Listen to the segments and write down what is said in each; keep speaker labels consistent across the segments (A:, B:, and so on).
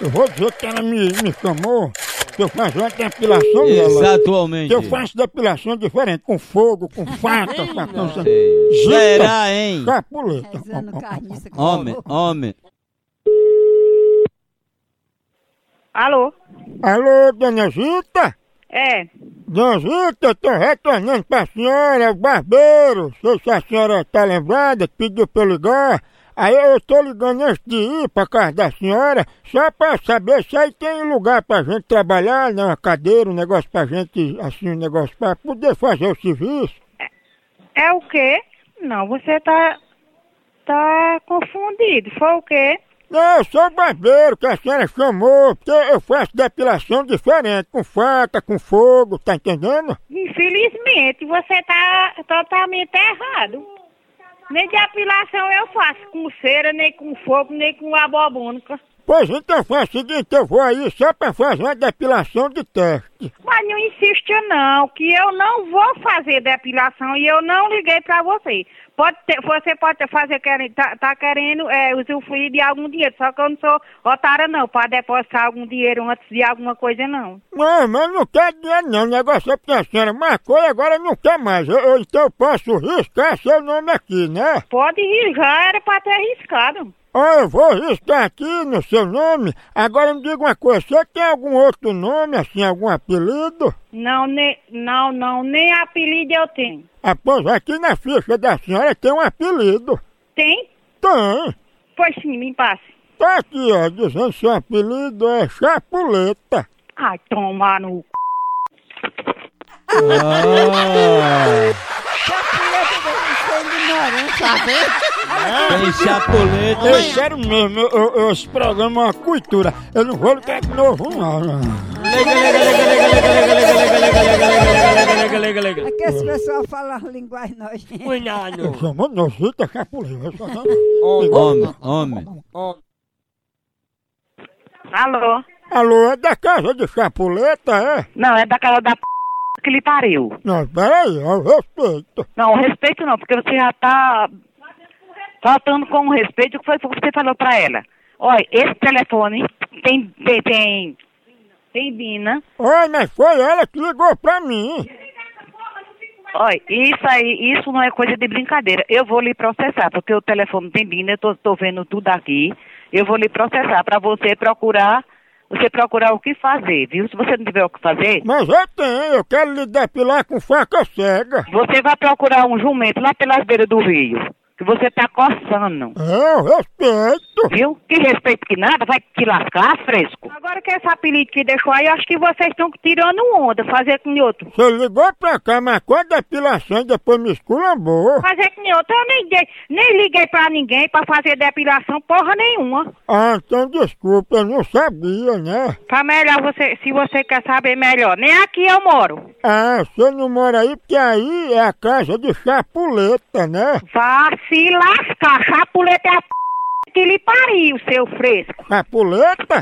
A: eu vou dizer que ela me, me chamou, que eu faço uma depilação dela.
B: Exatamente.
A: Que eu faço depilação diferente, com fogo, com faca, com a coisa.
B: Sei.
A: Gipa,
B: Será, hein?
A: Capuleta.
C: Rezando carniça com
B: Homem, homem.
D: Alô?
A: Alô, dona Zita?
D: É,
A: Dona Zita, eu tô retornando pra senhora, o barbeiro. Não sei se a senhora tá lembrada, que pediu pra eu ligar. Aí eu tô ligando antes de ir pra casa da senhora, só pra saber se aí tem lugar pra gente trabalhar, né? Uma cadeira, um negócio pra gente, assim, um negócio pra poder fazer o serviço.
D: é o quê? Não, você tá tá confundido. Foi o quê?
A: Não, eu sou um barbeiro que a senhora chamou, porque eu faço depilação diferente, com faca, com fogo, tá entendendo?
D: Infelizmente, você tá totalmente errado. Nem de apilação eu faço com cera, nem com fogo, nem com abobônica.
A: Pois então faz o seguinte, eu vou aí só pra fazer uma depilação de teste.
D: Mas não insista não, que eu não vou fazer depilação e eu não liguei pra você. Pode ter- você pode ter- fazer querendo, tá, tá querendo é, usufruir de algum dinheiro, só que eu não sou otária não, pra depositar algum dinheiro antes de alguma coisa não.
A: Não, mas não quer dinheiro não, o negócio é porque a senhora marcou e agora não quer mais. Eu, eu- então eu posso riscar seu nome aqui, né?
D: Pode rir, já era pra ter arriscado.
A: Ah, eu vou riscar aqui no seu nome. Agora me diga uma coisa, você tem algum outro nome, assim, algum apelido?
D: Não, nem, não, não, nem apelido eu tenho.
A: Ah, pois aqui na ficha da senhora tem um apelido.
D: Tem?
A: Tem.
D: Pois sim, me passe.
A: Tá aqui, ó, dizendo que seu apelido é Chapuleta.
D: Ai, toma no c...
B: Ah, tem
A: Eu
B: chapuleta.
A: quero mesmo, eu, eu, eu- esse programa é uma cultura. Eu não vou ligar de novo, não. não.
C: É que esse pessoal fala as linguagens nojenta.
A: Eu
E: Cuidado.
A: chamo Nozita Chapuleta. eu só chamo-
B: Homem, homem.
D: Alô?
A: Alô, é da casa de Chapuleta, é?
D: Não, é daquela da p... que lhe pariu.
A: Não, peraí, eu respeito.
D: Não, respeito não, porque você já tá tratando com respeito o que foi que você falou pra ela. Olha, esse telefone tem tem tem, tem Bina.
A: Oi, mas foi ela que ligou pra mim.
D: Olha, isso aí, isso não é coisa de brincadeira. Eu vou lhe processar, porque o telefone tem Bina, eu tô, tô vendo tudo aqui. Eu vou lhe processar pra você procurar, você procurar o que fazer, viu? Se você não tiver o que fazer,
A: Mas eu tenho, eu quero lhe depilar com faca cega.
D: você vai procurar um jumento lá pelas beiras do rio, que você tá coçando.
A: Eu respeito.
D: Viu? Que respeito que nada, vai te lascar, fresco. Agora que esse apelido que deixou aí, acho que vocês estão tirando onda, fazer com outro.
A: Você ligou pra cá, mas com a depilação e depois me esculambou.
D: Fazer com outro, eu nem, dei- nem liguei pra ninguém pra fazer depilação, porra nenhuma.
A: Ah, então desculpa, eu não sabia, né?
D: Tá melhor você, se você quer saber melhor, nem aqui eu moro.
A: Ah, você não mora aí porque aí é a casa de chapuleta, né?
D: Vá se lascar, chapuleta é a p... que lhe pariu, seu fresco.
A: Chapuleta?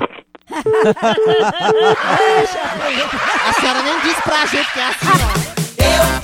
F: A senhora nem disse pra gente que é assim, não. Eu